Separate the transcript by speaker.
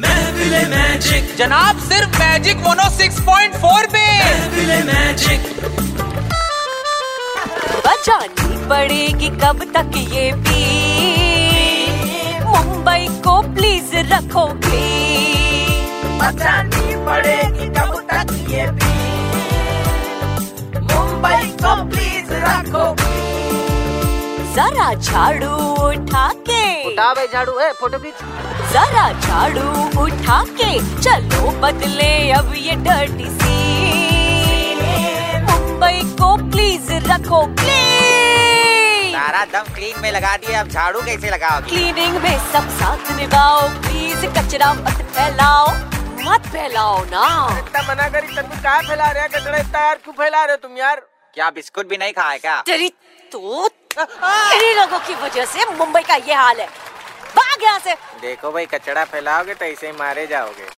Speaker 1: महफिले magic
Speaker 2: जनाब सिर्फ magic mono 6.4 पे
Speaker 1: महफिले मैजिक
Speaker 3: बजानी पड़ेगी कब तक ये भी मुंबई को प्लीज रखो भी
Speaker 4: बचानी पड़ेगी कब तक ये भी मुंबई को प्लीज रखो
Speaker 3: जरा झाड़ू उठा के
Speaker 5: उठा भाई झाड़ू है फोटो खींच
Speaker 3: जरा झाड़ू उठा के चलो बदले अब ये डर्टी सी मुंबई को प्लीज रखो प्लीज
Speaker 5: सारा दम क्लीन में लगा दिए अब झाड़ू कैसे लगाओगी
Speaker 3: क्लीनिंग में सब साथ निभाओ प्लीज कचरा मत फैलाओ मत फैलाओ ना
Speaker 4: इतना मना करी तब कहा फैला रहे कचरा इतना यार क्यों फैला रहे हो तुम यार
Speaker 5: क्या बिस्कुट भी नहीं खाए क्या
Speaker 3: तेरी तो तेरे लोगों की वजह से मुंबई का ये हाल है भाग यहाँ से
Speaker 4: देखो भाई कचरा फैलाओगे तो ऐसे ही मारे जाओगे